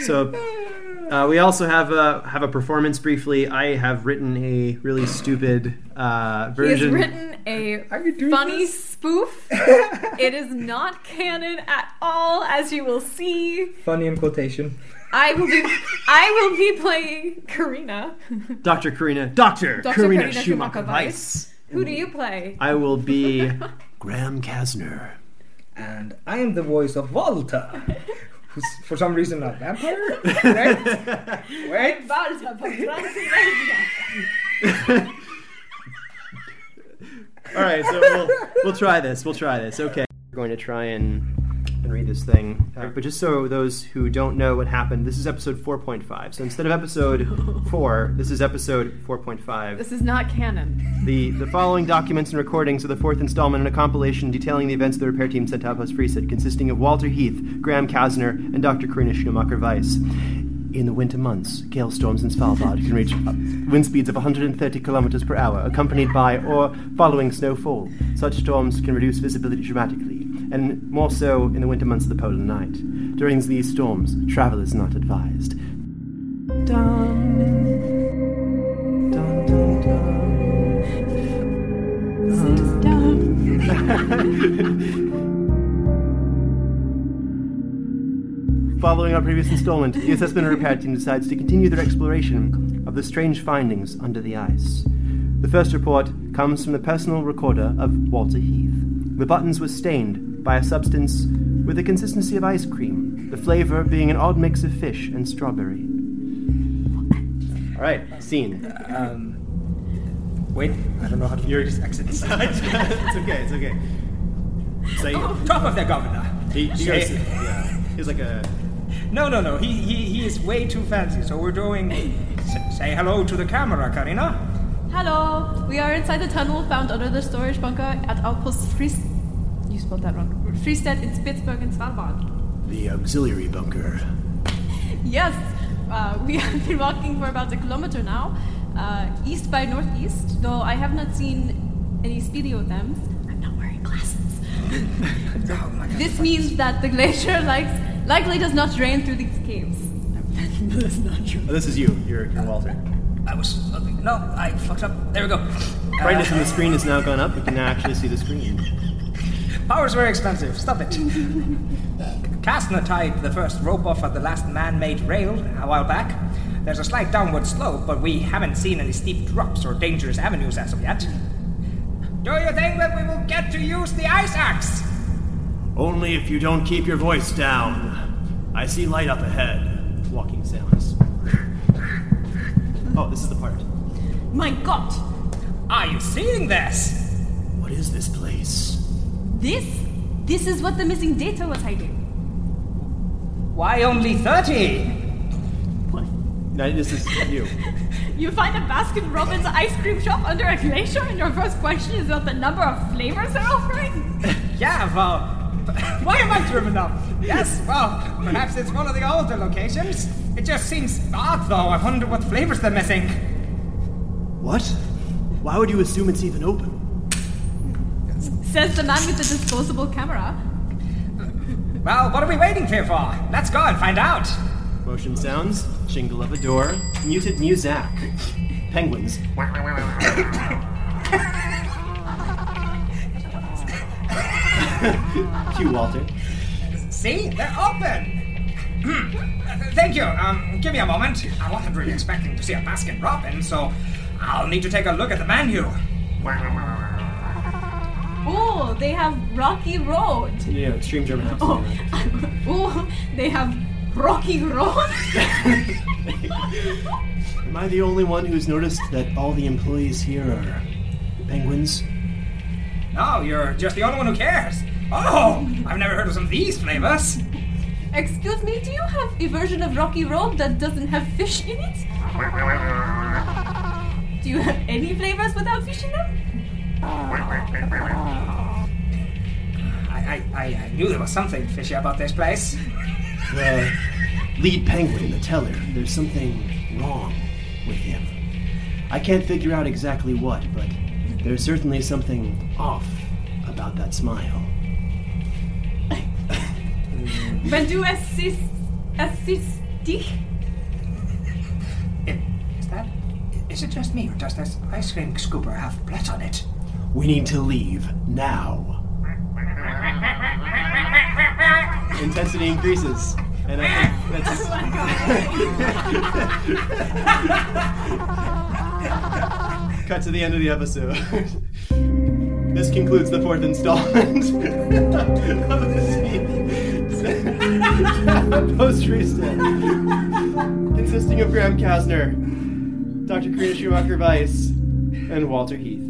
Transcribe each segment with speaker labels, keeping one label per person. Speaker 1: So uh, we also have a have a performance briefly. I have written a really stupid uh,
Speaker 2: He has
Speaker 1: version.
Speaker 2: written a
Speaker 3: Are you doing
Speaker 2: funny
Speaker 3: this?
Speaker 2: spoof. it is not canon at all, as you will see.
Speaker 3: Funny in quotation.
Speaker 2: I will be I will be playing Karina.
Speaker 1: Dr. Karina, Dr.
Speaker 2: Dr.
Speaker 1: Karina,
Speaker 2: Karina
Speaker 1: Schumacher
Speaker 2: Schumacher-Weiss.
Speaker 1: Weiss.
Speaker 2: Who do you play?
Speaker 1: I will be Graham Kasner.
Speaker 3: And I am the voice of Volta, who's for some reason a vampire. Wait, wait.
Speaker 2: Balza von Transylvania.
Speaker 1: All right, so we'll, we'll try this. We'll try this. Okay. We're going to try and, and read this thing. Uh, but just so those who don't know what happened, this is episode 4.5. So instead of episode 4, this is episode 4.5.
Speaker 2: This is not canon.
Speaker 1: The, the following documents and recordings are the fourth installment in a compilation detailing the events of the repair team sent to Outpost Preset, consisting of Walter Heath, Graham Kasner, and Dr. Karina Schumacher Weiss. In the winter months, gale storms in Svalbard can reach up- wind speeds of 130 kilometers per hour, accompanied by or following snowfall. Such storms can reduce visibility dramatically, and more so in the winter months of the polar night. During these storms, travel is not advised. Dun. Dun, dun, dun. Following our previous installment, the assessment and repair team decides to continue their exploration of the strange findings under the ice. The first report comes from the personal recorder of Walter Heath. The buttons were stained by a substance with the consistency of ice cream, the flavor being an odd mix of fish and strawberry. All right, scene.
Speaker 3: Um, wait, I don't know how to. You're just exiting.
Speaker 1: it's okay. It's okay. Say,
Speaker 3: Top of the governor. Say-
Speaker 1: he's like a
Speaker 3: No, no, no. He, he, he is way too fancy. So we're doing. S- say hello to the camera, Karina.
Speaker 4: Hello, we are inside the tunnel found under the storage bunker at Outpost Fries. You spelled that wrong. Friestedt in Spitsbergen, Svalbard.
Speaker 1: the auxiliary bunker.
Speaker 4: Yes, uh, we have been walking for about a kilometer now, uh, east by northeast. Though I have not seen any speedo them. I'm not wearing glasses.
Speaker 3: Oh my god.
Speaker 4: This means that the glacier likes, likely does not drain through these caves.
Speaker 5: That's not true.
Speaker 1: Oh, this is you. You're, you're Walter.
Speaker 3: I was. okay, No, I fucked up. There we go. Uh,
Speaker 1: Brightness on the screen has now gone up. We can now actually see the screen.
Speaker 3: Power's very expensive. Stop it. Kastner tied the first rope off at the last man made rail a while back. There's a slight downward slope, but we haven't seen any steep drops or dangerous avenues as of yet. Do you think that we will get to use the ice axe?
Speaker 1: Only if you don't keep your voice down. I see light up ahead. Walking sounds. Oh, this is the part.
Speaker 4: My god,
Speaker 3: Are you seeing this?
Speaker 1: What is this place?
Speaker 4: this? This is what the missing data was hiding.
Speaker 3: Why only 30?
Speaker 1: No, this is you.
Speaker 4: You find a Baskin Robbins ice cream shop under a glacier, and your first question is about the number of flavors they're offering?
Speaker 3: Yeah, well. Why am I driven up? Yes, well, perhaps it's one of the older locations. It just seems odd, though. I wonder what flavors they're missing.
Speaker 1: What? Why would you assume it's even open?
Speaker 4: Says the man with the disposable camera.
Speaker 3: Well, what are we waiting here for? Let's go and find out.
Speaker 1: Motion sounds, jingle of a door, muted muzak, penguins. Cue Walter.
Speaker 3: See? They're open! Hmm. Thank you. Um, give me a moment. I wasn't really expecting to see a Baskin Robin, so I'll need to take a look at the menu.
Speaker 4: Oh, they have Rocky Road.
Speaker 1: Yeah, extreme German
Speaker 4: Oh,
Speaker 1: accent.
Speaker 4: oh they have Rocky Road?
Speaker 1: Am I the only one who's noticed that all the employees here are penguins?
Speaker 3: No, you're just the only one who cares. Oh, I've never heard of some of these flavors.
Speaker 4: Excuse me, do you have a version of Rocky Road that doesn't have fish in it? Do you have any flavors without fish in them?
Speaker 3: I, I, I, I knew there was something fishy about this place.
Speaker 1: The lead penguin, the teller, there's something wrong with him. I can't figure out exactly what, but there's certainly something off about that smile.
Speaker 4: When do assist, assist, Dich?
Speaker 3: Is that. Is it just me, or does this ice cream scooper have blood on it?
Speaker 1: We need to leave now. Intensity increases. And I think that's.
Speaker 4: Oh
Speaker 1: Cut to the end of the episode. this concludes the fourth installment of the Post reset. Consisting of Graham Kasner, Dr. Karina Schumacher Weiss, and Walter Heath.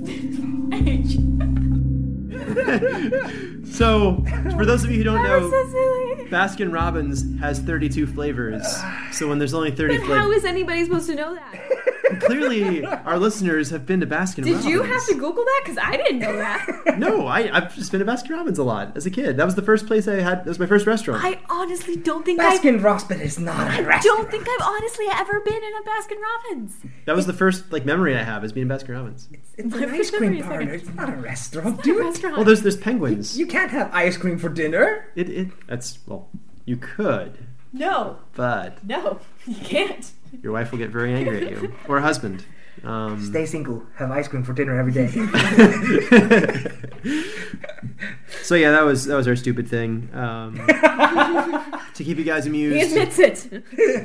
Speaker 1: So, for those of you who don't
Speaker 4: That
Speaker 1: know,
Speaker 4: was so silly.
Speaker 1: Baskin Robbins has 32 flavors. So when there's only 30
Speaker 4: But how
Speaker 1: flavors,
Speaker 4: is anybody supposed to know that?
Speaker 1: clearly our listeners have been to Baskin
Speaker 4: Did
Speaker 1: Robbins.
Speaker 4: you have to Google that? Because I didn't know that.
Speaker 1: No, I, I've just been to Baskin Robbins a lot as a kid. That was the first place I had. That was my first restaurant.
Speaker 4: I honestly don't think I
Speaker 3: Baskin Robbins is not a
Speaker 4: I
Speaker 3: restaurant.
Speaker 4: don't think I've honestly ever been in a Baskin Robbins.
Speaker 1: that was the first like memory I have is being Baskin Robbins.
Speaker 3: It's
Speaker 4: I
Speaker 3: an ice
Speaker 4: remember
Speaker 3: cream
Speaker 4: you said
Speaker 3: parlor.
Speaker 4: it.
Speaker 3: It's not a restaurant, dude.
Speaker 4: Restaurant.
Speaker 1: Well, there's there's penguins.
Speaker 3: You can't have ice cream for dinner.
Speaker 1: It it that's well, you could,
Speaker 4: no,
Speaker 1: but
Speaker 4: no, you can't.
Speaker 1: your wife will get very angry at you or husband. Um,
Speaker 3: Stay single. Have ice cream for dinner every day.
Speaker 1: so yeah, that was that was our stupid thing um, to keep you guys
Speaker 4: He
Speaker 1: amused.
Speaker 4: admits it.